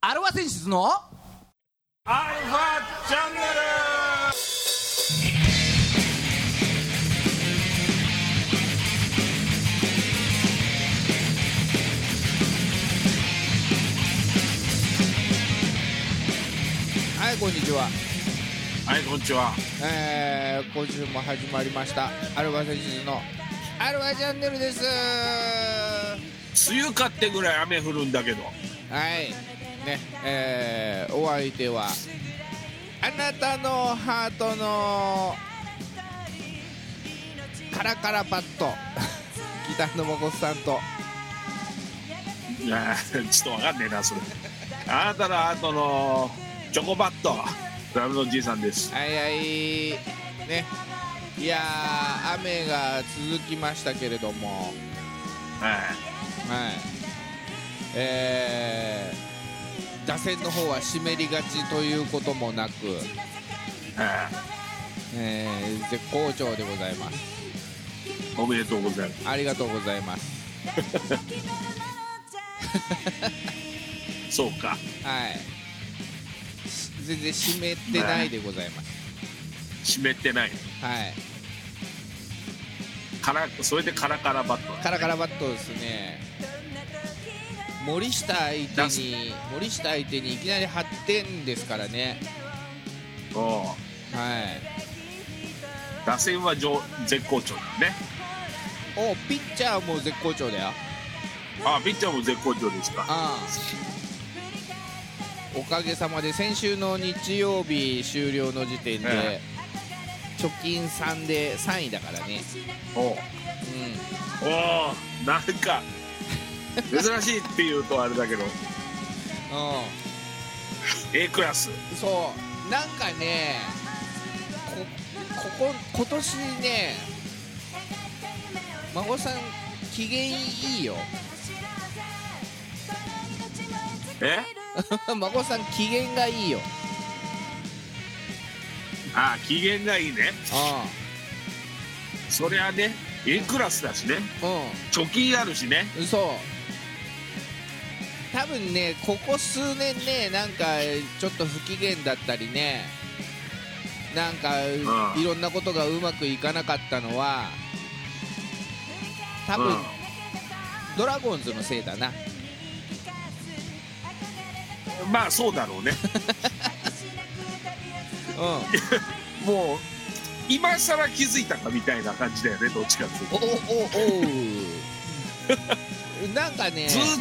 アルファ選出のアルファチャンネルはいこんにちは、はいこんにちはえー、今週も始まりましたアルファ選手のアルファチャンネルですは梅雨かってぐらい雨降るんだけどいねえー、お相手はあなたのハートのカラカラパッドギターのモコスさんといやーちょっとわかんねえなそれあなたの後のチョコバットラブのじいさんですはいはいねいやー雨が続きましたけれどもははい、えー打線の方は湿りがちということもなく、いはえー絶好調でございますいおめでとうございますありがとうございますそうかはいし全然湿ってないでございます湿ってないはいからそれでカラカラバットカラカラバットですね森下相手に森下相手にいきなり8点ですからねおうはい打線は上絶好調だねおピッチャーも絶好調だよあピッチャーも絶好調ですかああおかげさまで先週の日曜日終了の時点で、え貯金3で3位だからね、おううおおなんか珍しいっていうとあれだけどん A クラスそうなんかねこここ今年ね孫さん機嫌いいよ え孫さん機嫌がいいよあ機嫌がいいねうそりゃね A クラスだしねん貯金あるしねうんそう多分ねここ数年ねなんかちょっと不機嫌だったりねなんかうんいろんなことがうまくいかなかったのは多分、うんドラゴンズのせいだなまあそうだ ろうねうんもう今さら気づいたかみたいな感じだよねどっちかっていうおとおお おなんかねずーっ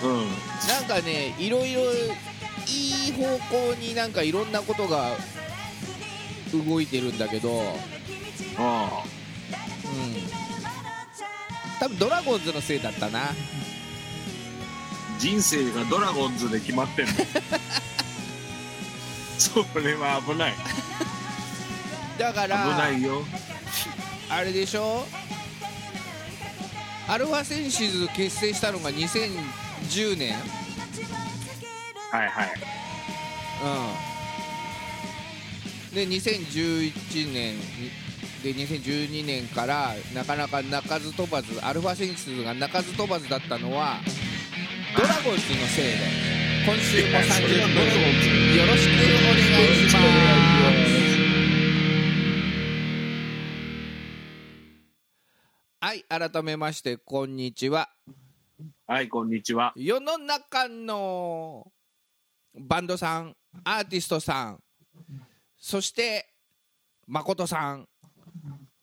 とうんなんかねいろいろいい方向になんかいろんなことが動いてるんだけどあ多分ドラゴンズのせいだったな人生がドラゴンズで決ま ってんのそれは危ないだか危ならいよあれでしょアルファセンシズ結成したのが2010年、はいはいうん、で2011年で2012年からなかなか鳴かず飛ばずアルファセンシズが鳴かず飛ばずだったのはドラゴンズのせいで今週も30分よろしくお願いしますはい、改めまして、こんにちは。はいこんにちは世の中のバンドさん、アーティストさん、そして、誠さん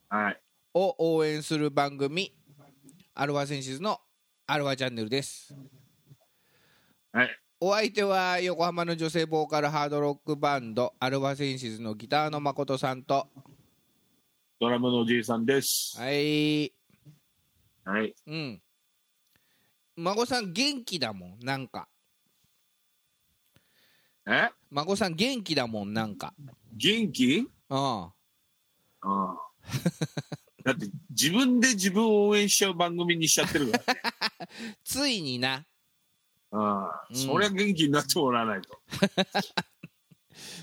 はいを応援する番組、アルファセンシズのアルファチャンネルです。はいお相手は横浜の女性ボーカルハードロックバンド、アルファセンシズのギターの誠さんと、ドラムのおじいさんですはい、はいうん。孫さん元気だもん、なんか。え孫さん元気だもん、なんか。元気うん。うんだって自分で自分を応援しちゃう番組にしちゃって るからね、ついにな。うん、んそりゃ元気になってもらわないと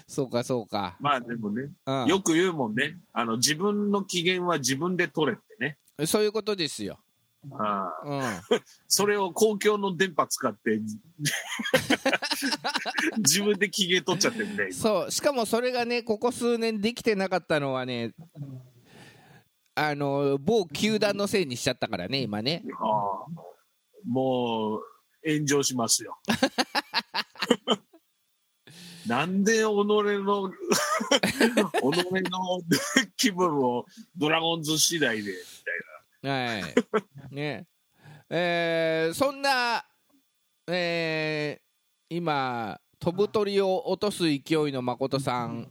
そうか、そうか。まあでもね、うん、よく言うもんねあの自分の機嫌は自分で取れってねそういうことですよ。ああうん、それを公共の電波使って 自分で機嫌取っちゃってるん でそうしかもそれがねここ数年できてなかったのはねあの某球団のせいにしちゃったからね今ねああもう炎上しますよなんで己の 己の気分をドラゴンズ次第ではい。ね。えーそんな、えー今、飛ぶ鳥を落とす勢いの誠さん、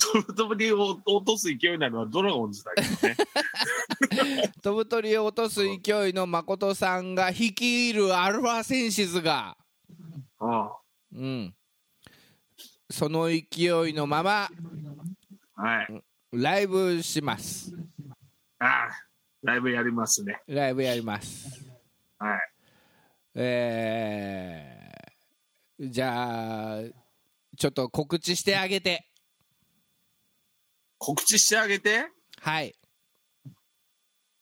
トムトムに落とす勢いなのはドラゴンズだけどね飛ぶ鳥を落とす勢いの誠さんが率いるアルファセンシズが、あうん、その勢いのまま、あはいライブします。ああライブやりますねライブやります。はいえーじゃあ、ちょっと告知してあげて。告知してあげてはい。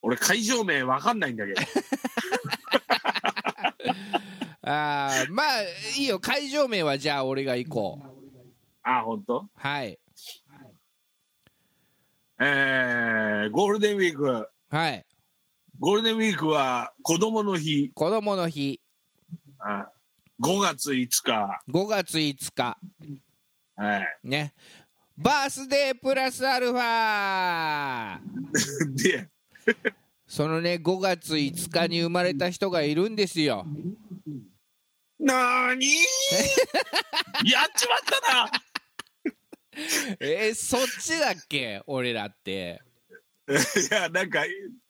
俺会場名わかんないんだけどあーまあいいよ会場名はじゃあ俺が行こうああ本当はいえー、ゴールデンウィークはいゴールデンウィークは子供の日子供の日あ5月5日、 5月5日はい、 ねバースデープラスアルファでそのね5月5日に生まれた人がいるんですよ なーにーやっちまったなえーそっちだっけ俺らっていやなん か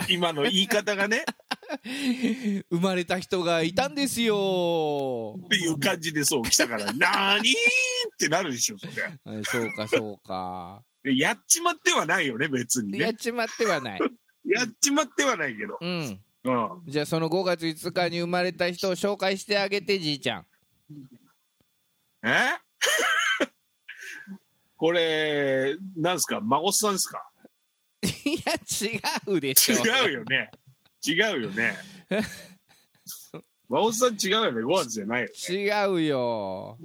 今の言い方がね 生まれた人がいたんですよっていう感じでそう来 たからなーにーってなるでしょそれえーそうかそうかやっちまってはないよね別にやっねちまってはないやっちまってはないけど、うんうん、じゃあその5月5日に生まれた人を紹介してあげてじいちゃん え これなんですか孫さんですかいや違うでしょ違うよね違うよ ね孫さん違うよね5月じゃないよ違うよ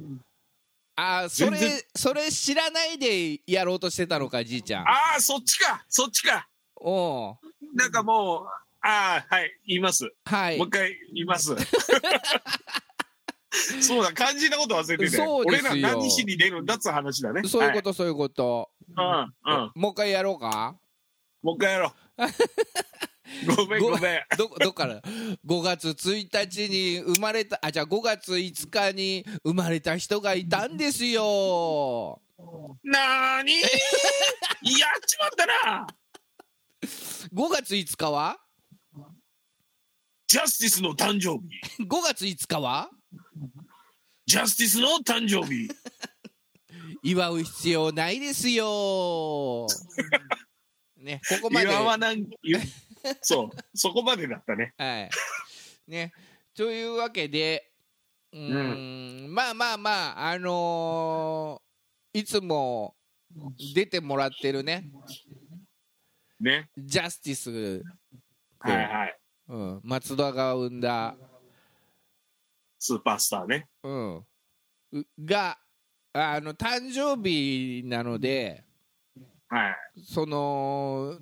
あそれ全然それ知らないでやろうとしてたのかじいちゃんああ、そっちか、そっちか。おうなんかもう、ああ、はい、言います。はいもう一回言います。 そうだ、肝心なこと忘れてて、そうで俺すよら何しに出るんだっつう話だね。そういうこと、そういうこと、はいうん、うん。もう一回やろうかもう一回やろ う。ごめん、ごめん。どどっから5月1日に生まれたあじゃあ5月5日に生まれた人がいたんですよな ーにやっちまったな5月5日はジャスティスの誕生日。 5月5日はジャスティスの誕生日。祝う必要ないです よ。ね、ここまで。岩はなん、ゆそう、そこまでだったね。はい。ね、というわけで、うーん、まあまあまあ、あのーいつも出てもらってるね、ね。ジャスティス、はいはい。うん、松田が生んだ、スーパースターね。うん、うが、あの、誕生日なので、はい。その、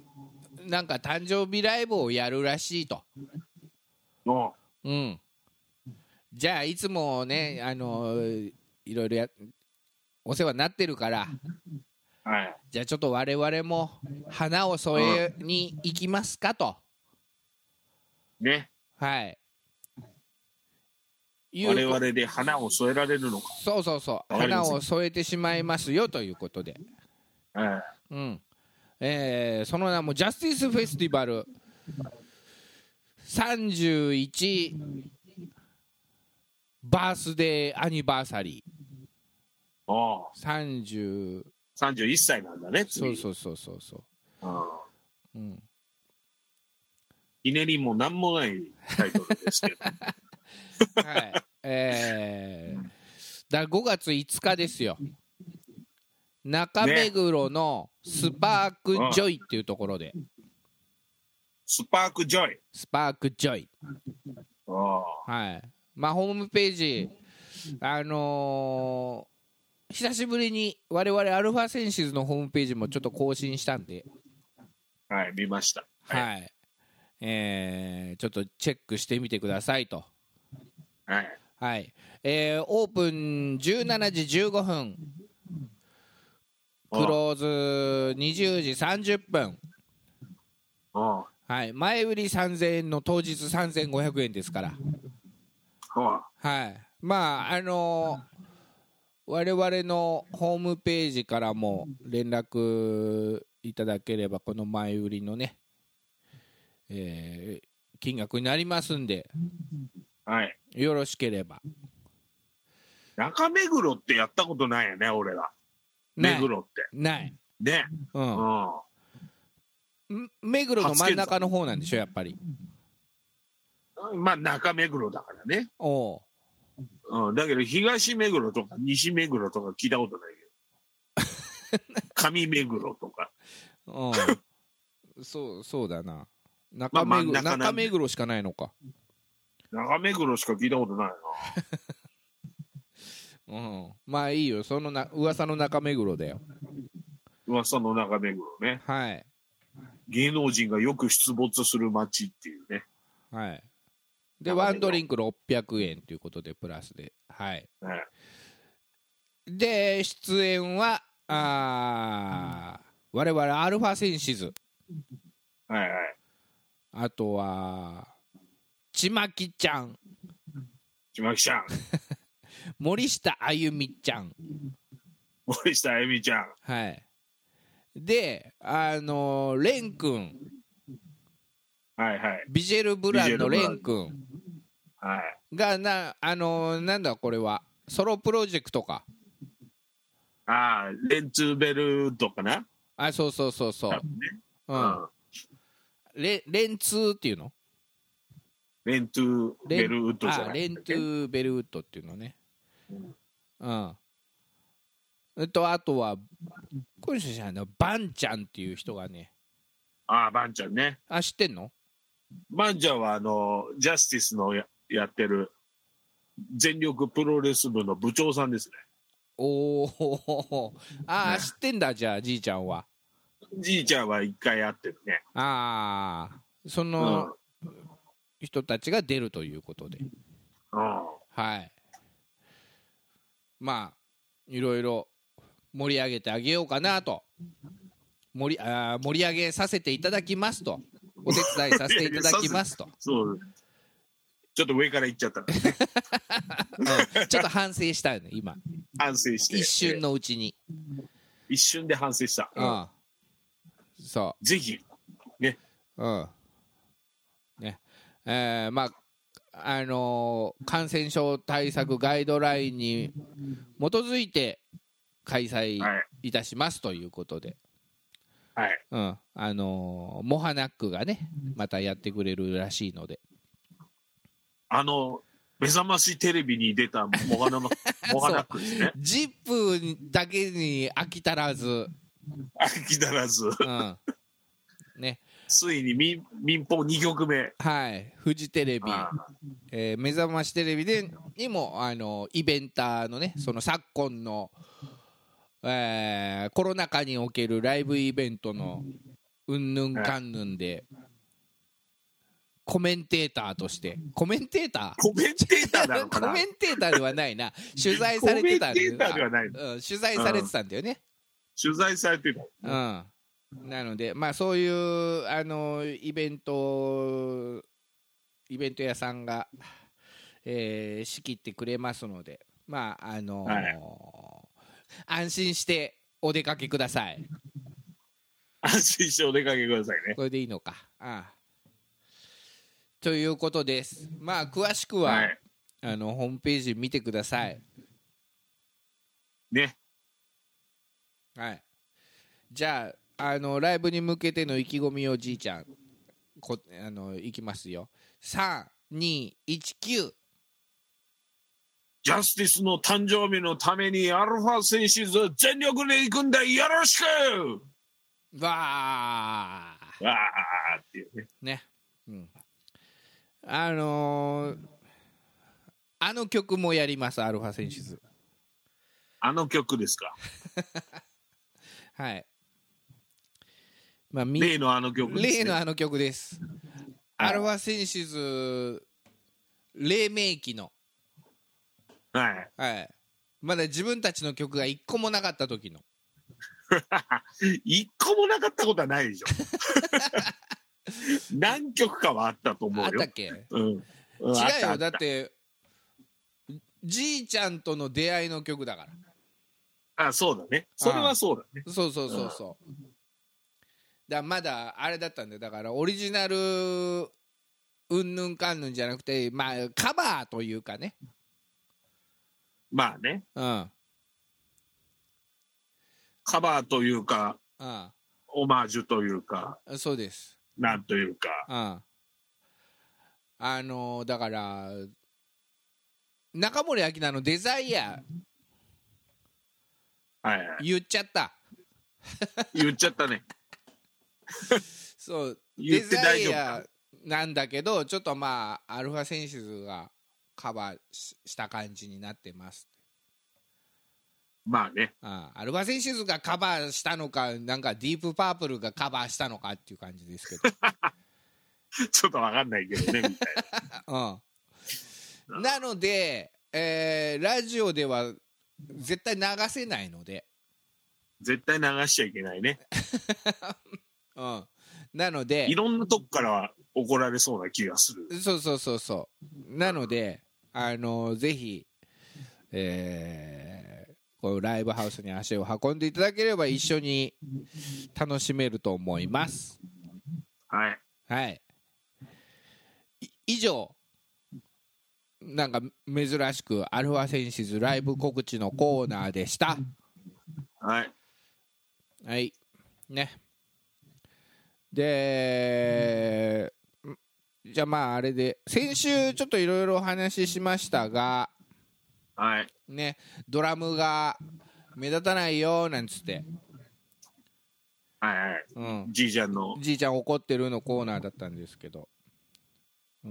なんか誕生日ライブをやるらしいと。の、うん。じゃあいつもねあのいろいろやお世話になってるからはい。じゃあちょっと我々も花を添えに行きますかと、ね。はいいう我々で花を添えられるのか。そうそうそうわかり花ませんを添えてしまいますよということで、えうんえーその名もジャスティスフェスティバル31バースデーアニバーサリーえああ、 30 31歳なんだね。そう次そうそうそうそああう、うん、ひねりもなんもないタイトルですけ ど。はいえー、だ5月5日ですよ中目黒のスパークジョイっていうところで、スパークジョイ。スパークジョイ。あはい。まあ、ホームページ、あのー久しぶりに我々アルファセンシズのホームページもちょっと更新したんで、あはい、見ました。はい。はい。えーちょっとチェックしてみてくださいと。はい。はい。えーオープン17時15分、クローズ20時30分。うん。うんはい、前売り3000円の当日3500円ですから、はい、まあ、あの我々のホームページからも連絡いただければ、この前売りのね、えー金額になりますんで、はい。よろしければ。中目黒ってやったことないよね、俺ら。目黒って。ない、ね。う、うんん。ん目黒の真ん中の方なんでしょ、やっぱり。まあ、中目黒だからね。おううん。だけど、東目黒とか西目黒とか聞いたことない けど。上目黒とか。うん、そうそうだな中目黒まあ真ん中なんで中目黒しかないのか。中目黒しか聞いたことないうな。ん、まあいいよそのな噂の中目黒だよ噂の中目黒ね。はい芸能人がよく出没する街っていうね。はいで中目黒ワンドリンク600円ということでプラスではいはいで出演はあー我々アルファセンシズはいはい。あとはちまきちゃんちまきちゃん、 森下あゆみちゃん森下あゆみちゃん、はいであのレン君はいはい、ビジェル・ブランのレン君はい、がなあのーなんだこれはソロプロジェクトかああ、レンツーベルとかな、あそうそうそうそう、多分ねううんん、レレンツーっていうのレントゥーレンベルウッドじゃあなレいントゥーベルウッドっていうのねうん、えっとあとはこれ知らないのバンちゃんっていう人がねああ、バンちゃんね、あ知ってんのバンちゃんはあのジャスティスのややってる全力プロレス部の部長さんですおおああ知ってんだじゃあじいちゃんはね、じいちゃんは一回会ってるね、ああそうん、うんの、人たちが出るということではい。まあ、いろいろ盛り上げてあげようかなと。盛りあー盛り上げさせていただきますと。お手伝いさせていただきますと。そう、ちょっと上から行っちゃったからね、うんちょっと反省したよね、今。反省して、一瞬のうちに。一瞬で反省した、ううんん。そぜひ、う。うん。ね。えーまあ、あのー感染症対策ガイドラインに基づいて開催はい、いたしますということで。はい、うん、あのーモハナックがね、またやってくれるらしいので、あの、目覚ましテレビに出たモガ ナマモガナックですね。ジップだけに飽き足らず、飽き足らず、うん、ね、ついに民民放2局目。はい、フジテレビ、あえー目覚ましテレビでにも、あのーイベンターのね、その昨今の、えーコロナ禍におけるライブイベントのうんぬんかんぬんで、コメンテーターとして、コメンテーターコメンテーターなの かコなメンテーターでは ないな、取材されてたんだよコメンテーターではないうん、取材されてたんだよね。取材されてた。うん、なので、まあ、そういうあのイベント、イベント屋さんが、えー仕切ってくれますので、まああのはい安心してお出かけください。安心してお出かけくださいね。これでいいのか。ああということです。まあ、詳しくは、はい。あのホームページ見てください。ね。はい。じゃあ、あのライブに向けての意気込みをじいちゃん、こあのいきますよ。3、2、1、9。ジャスティスの誕生日のためにアルファ選手全力で行くんだよろしくわーわーっていうね。ね、うん、あのーあの曲もやりますアルファセンシズあの曲ですか。はいまあみ例のあの曲です、ね。例のあの曲ですはいアルファセンシズ黎明期のはい。はいまだ自分たちの曲が一個もなかった時の一個もなかったことはないで しょ。何曲かはあったと思うあっよ。たっけうん。うん違うあったあよっただってじいちゃんとの出会いの曲だかあ、そうだね。それはそうだね。らそうそうそうそうだからまだあれだったんでだからオリジナルうんぬんかんぬんじゃなくてまあカバーというかねまあね。うんカバーというか、うオマージュというか、んそうですなんというか。うんあのだから中森明菜の「デザイアはい、は」い。言っちゃった言っちゃった ね。そう言デってザ大イ丈夫かアなんだけどちょっとまあアルファセンシズがカバーしした感じになってますまあね。あアルファセンシズがカバーしたのかなんかディープパープルがカバーしたのかっていう感じですけ ど、ちょっとわかんないけど ね、みたいうん、なので、えーラジオでは絶対流せないので、絶対流しちゃいけないね。うん、なのでいろんなとこからは怒られそうな気がする。そうそうそうそうなのであのぜひえーこうライブハウスに足を運んでいただければ一緒に楽しめると思いますはい。はいい以上なんか珍しくアルファセンシズライブ告知のコーナーでしたはい。はいねでじゃあまああれで先週ちょっといろいろお話ししましたがはい。ねドラムが目立たないよなんつって、はいはい。うん、じいちゃんの、じいちゃん怒ってるのコーナーだったんですけど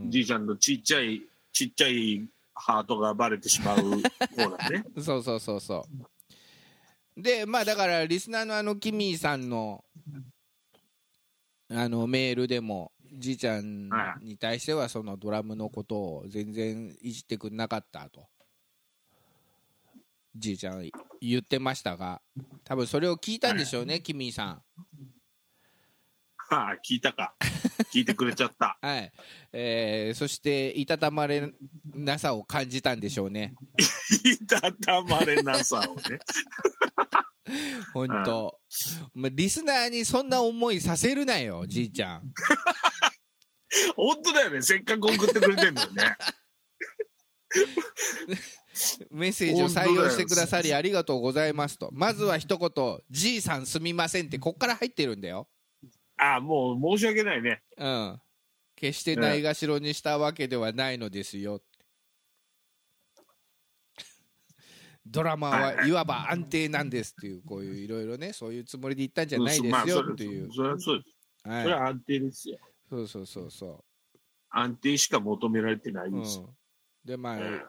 じいちゃんのちっちゃい、ちっちゃいハートがバレてしまうコーナー ね。そうそうそうそうでまあだからリスナーのあのキミーさんのあのメールでもじいちゃんに対してはそのドラムのことを全然いじってくんなかったとじいちゃん言ってましたが多分それを聞いたんでしょうねキミーさんはあ、聞いたか。聞いてくれちゃ った。はい、えーそしていたたまれなさを感じたんでしょうね、いたたまれなさをね。本当、まリスナーにそんな思いさせるなよ、じいちゃん。本当だよね。せっかく送ってくれてんだよね。メッセージを採用してくださりありがとうございますと、まずは一言、じいさんすみませんって、こっから入ってるんだよ。ああ、もう申し訳ないね。うん、決してないがしろにしたわけではないのですよ。 ドラマはいわば安定なんですっていう、こういういろいろね、そういうつもりで言ったんじゃないでまあすよっていう。それはそうです。はいそれは安定ですよ。そうそうそうそ。安定しか求められてないううでんす。、でまあ、うん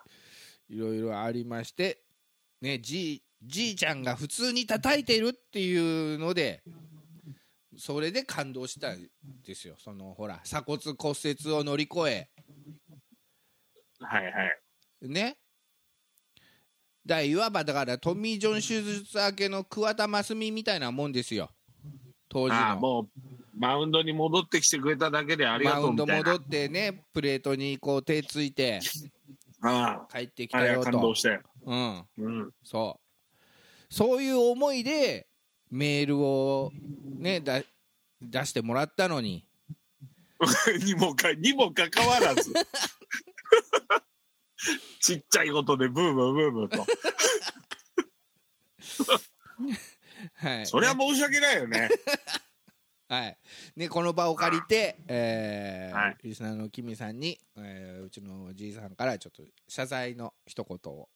いろいろありましてねじいじいちゃんが普通に叩いてるっていうのでそれで感動したんですよそのほら鎖骨骨折を乗り越えはいはい。ねだいわばだからトミー・ジョン手術明けの桑田真澄みたいなもんですよ当時ああ、のもう、マウンドに戻ってきてくれただけでありマがとウうンドみたいな。戻ってねプレートにこう手ついてあ帰ってきあ、あたれよは感動としたよ。うんうん。そうそういう思いでメールをねだ出してもらったのに にもか、にもかかわ らず。ちっちゃいことでブームブームと。はいそれは申し訳ない よね。はいね、この場を借りて、えーはいリスナーのキミさんに、えーうちのおじいさんからちょっと謝罪の一言を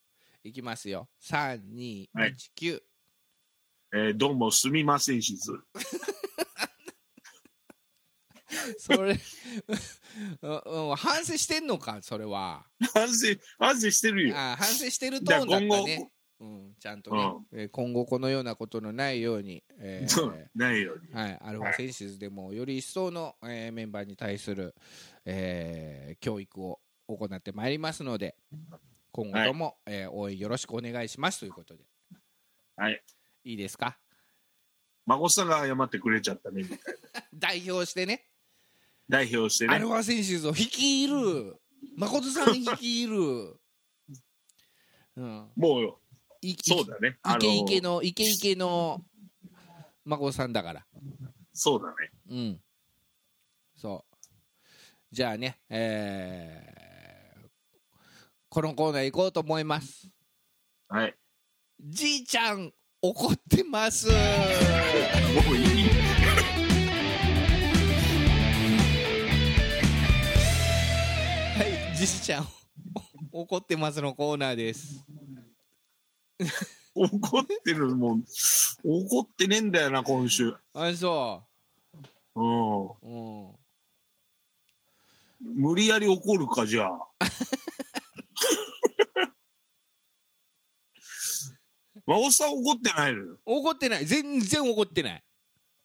いきますよ3219、はいえーどうもすみませんしず。それ、 うんうん反省してんのかそれは反省反省してるよあ反省してるトーンだったじゃね、うん、ちゃんとね、えー今後このようなことのないように、えーそうないようにはい、アルファセンシズでもより一層の、えーメンバーに対する、えー教育を行ってまいりますので今後とも、えー応援よろしくお願いしますということではいいいですか孫さんが謝ってくれちゃったね代表してね代表してアねルファセンシズを率いる誠さん率いる、うん、もういいそうだねイケイケののイケイケの孫さんだからそうだねうん。そう。じゃあね、えーこのコーナー行こうと思います。はいじいちゃん、怒ってます。もういいはい、じいちゃん、お怒ってますのコーナーです。怒ってるもん怒ってねえんだよな今週あ、そうんう。うん。無理やり怒るかじゃ あ孫さん怒ってないのよ怒ってない。全然怒ってない。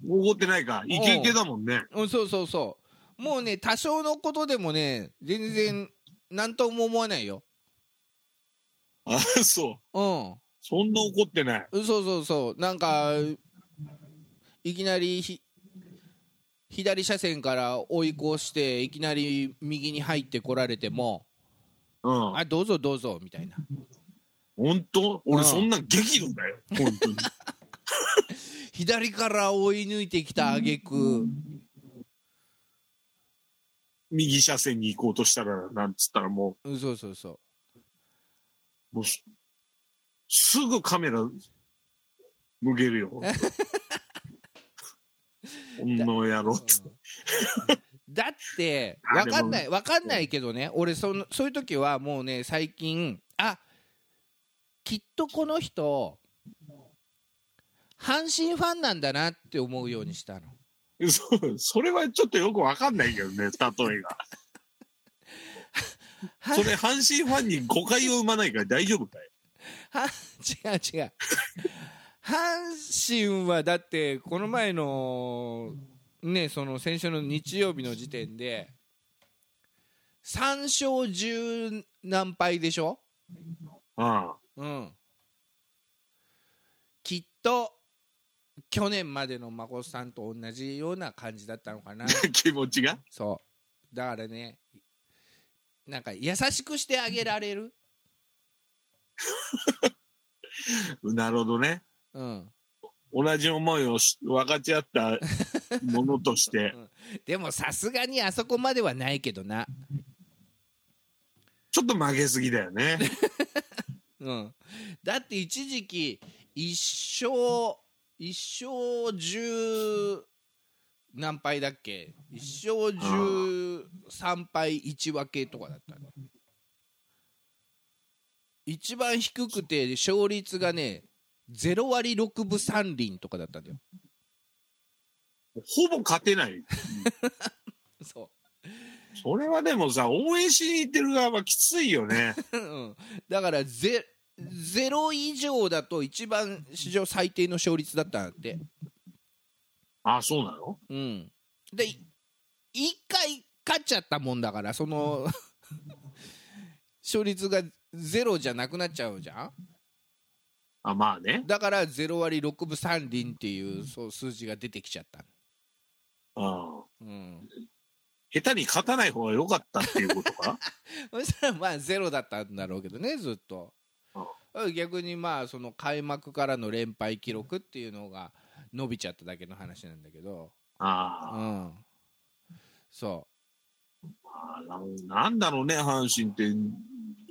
怒ってないかイケイケだもんねうん、そうそうそう。もうね、多少のことでもね、全然、なんとも思わないよ。あそううん。そんな怒ってないそうそうそうなんかいきなりひ左車線から追い越していきなり右に入ってこられてもうんあどうぞどうぞみたいな本当うん俺そんな激怒だよ本 当に左から追い抜いてきた挙句右車線に行こうとしたらなんつったらもうんそうそうそうもうすすぐカメラ向ける よこの野 郎うん だってあ分かんない分かんないけどね俺そのそういう時はもうね最近あきっとこの人阪神ファンなんだなって思うようにしたの。そうそれはちょっとよくわかんないけどね、例えが。はそれ、阪神ファンに誤解を生まないから大丈夫かいは違う違 う阪神はだってこの前のねその先週の日曜日の時点で3勝10何敗でしょあうんきっと去年までの孫さんと同じような感じだったの かなあ気持ちがそうだからねなんか優しくしてあげられるなるほどね。うん同じ思いをし分かち合ったものとして、でもさすがにあそこまではないけどなちょっと負けすぎだよね。うん、だって一時期一勝一勝十何敗だっけ一勝十三敗一分けとかだったの一番低くて勝率がね0割6分3厘とかだったんだよほぼ勝てない。そそれはでもさ、応援しに行ってる側はきついよね。う、うん、だからゼ0以上だと一番史上最低の勝率だったんだってああ、そうなのうん、でい一回勝っちゃったもんだからその勝率がゼロじゃなくなっちゃうじゃんあ、まあね。だから0割6分3厘っていうそう数字が出てきちゃった、ああうん、 下手に勝たない方が良かったっていうことかそしたらまあゼロだったんだろうけどねずっとあ逆にまあその開幕からの連敗記録っていうのが伸びちゃっただけの話なんだけど、うああん、そあなんなんだろうね、阪神って。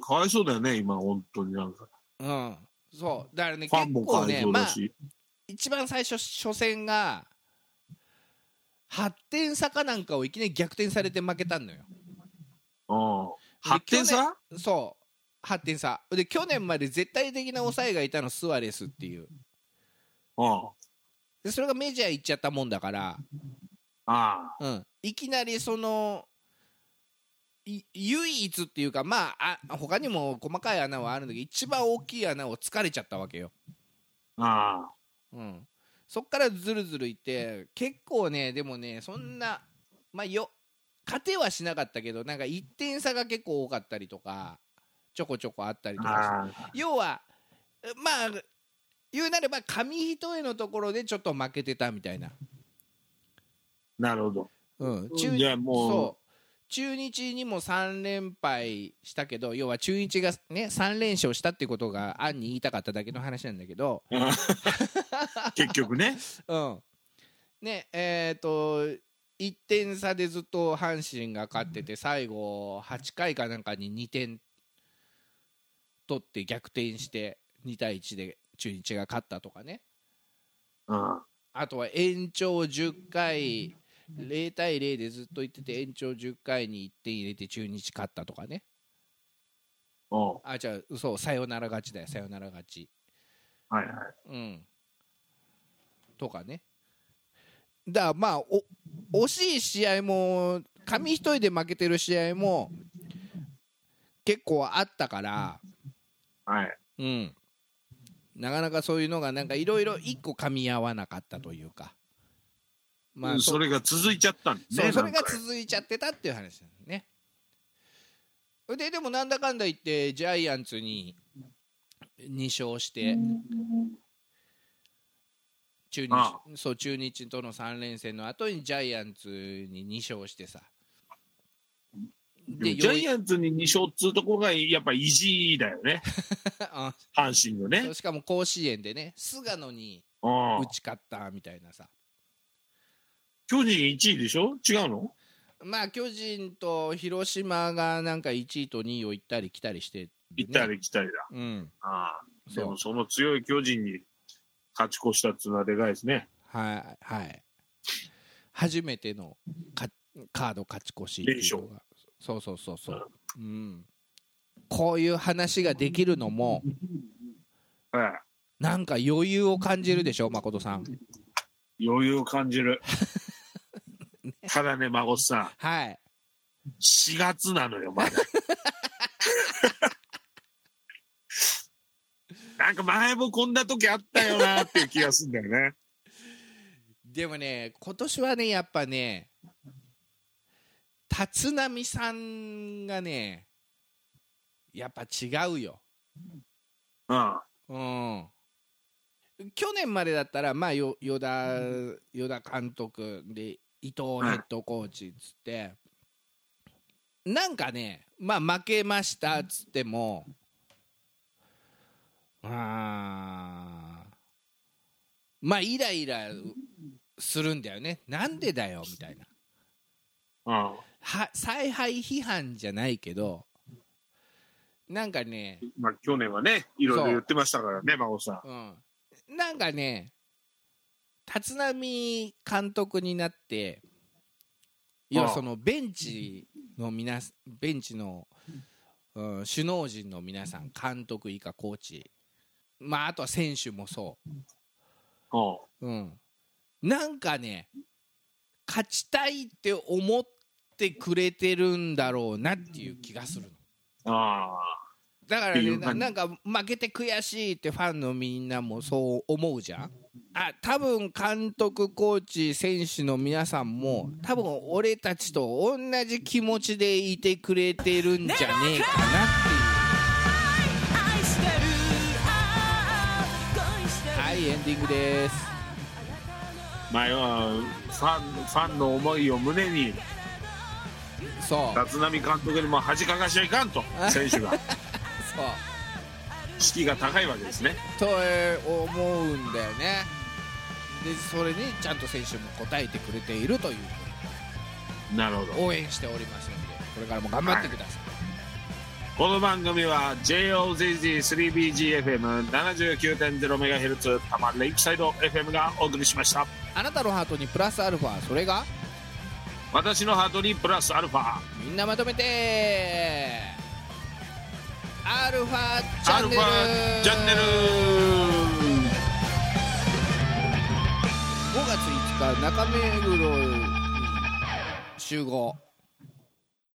かわいそうだよね、今、本当になんか。う、うん、そうだからねファ結ンも構かわいねそうまだあし。一番最初初戦が8点差かなんかをいきなり逆転されて負けたのようん。8点差そう8点差で去年まで絶対的な抑えがいたのスアレスっていううん。あでそれがメジャー行っちゃったもんだから、あ。うん、いきなりそのい唯一っていうかまああ他にも細かい穴はあるんだけど一番大きい穴を突かれちゃったわけよ、ああうん、そっからずるずるいって結構ねでもねそんなまあよ勝てはしなかったけどなんか1点差が結構多かったりとかちょこちょこあったりとかしてああ要はまあ言うなれば紙一重のところでちょっと負けてたみたいな、なるほどうん、うんじゃあもうそう中日にも3連敗したけど要は中日がね3連勝したってことが案に言いたかっただけの話なんだけど、結局 ねうん、ねえっ、と1点差でずっと阪神が勝ってて最後8回かなんかに2点取って逆転して2対1で中日が勝ったとかねうんあとは延長10回0対0でずっと行ってて延長10回に1点入れて中日勝ったとかねおうあじゃあ嘘サヨナラ勝ちだよサヨナラ勝ちはいはいうんとかねだからまあお惜しい試合も紙一重で負けてる試合も結構あったからはいうんなかなかそういうのがなんかいろいろ一個噛み合わなかったというかうんそれが続いちゃったんだねそうそれがなんか続いちゃってたっていう話なんだねででもなんだかんだ言ってジャイアンツに2勝して中日あそう中日との3連戦の後にジャイアンツに2勝してさでもでジャようイアンツに2勝っつうとこがやっぱ意地だよねあ阪神のそねうしかも甲子園でね菅野にうん打ち勝ったみたいなさ巨人1位でしょ違うのまあ巨人と広島がなんか1位と2位を行ったり来たりして、ね、行ったり来たりだ、うんああそでうもその強い巨人に勝ち越したっつうのはでかいですねはいはい初めてのかカード勝ち越しっていうのがそうそうそうそう、うん、こういう話ができるのもはいなんか余裕を感じるでしょ誠さん余裕を感じ るただね孫さはいん4月なのよ まだなんか前もこんな時あったよなっていう気がするんだよねでもね今年はねやっぱね立浪さんがねやっぱ違うようんうん去年までだったら、まあ、よ与田与田監督で伊藤ヘッドコーチっつって、なんかね、まあ、負けましたっつってもあーまあイライラするんだよねなんでだよみたいなうんは采配批判じゃないけどなんかねまあ、去年はね、いろいろ言ってましたからね、孫さん。うん、なんかね立浪監督になって要はああそのベンチの皆さんベンチの、うん、首脳陣の皆さん監督以下コーチまああとは選手もそおう、うん、なんかね勝ちたいって思ってくれてるんだろうなっていう気がするの。あだからっていねうな感じなんか負けて悔しいってファンのみんなもそう思うじゃんあ多分監督コーチ選手の皆さんも多分俺たちと同じ気持ちでいてくれてるんじゃねえか愛してるああ恋してるなっていうはいエンディングですあ、まあ、要はファン、ファンの思いを胸に、そうそう立浪監督にも恥かかしはいかんと、選手 が、士気が高いわけですね。とえー思うんだよねでそれにちゃんと選手も応えてくれているというなるほど。応援しておりますのでこれからも頑張ってくださいこの番組は JOZZ3BGFM79.0MHz 多摩レイクサイド FM がお送りしました。あなたのハートにプラスアルファそれが私のハートにプラスアルファ、みんなまとめてアルファチアャルンネルファチャンネル5月5日中目黒に集合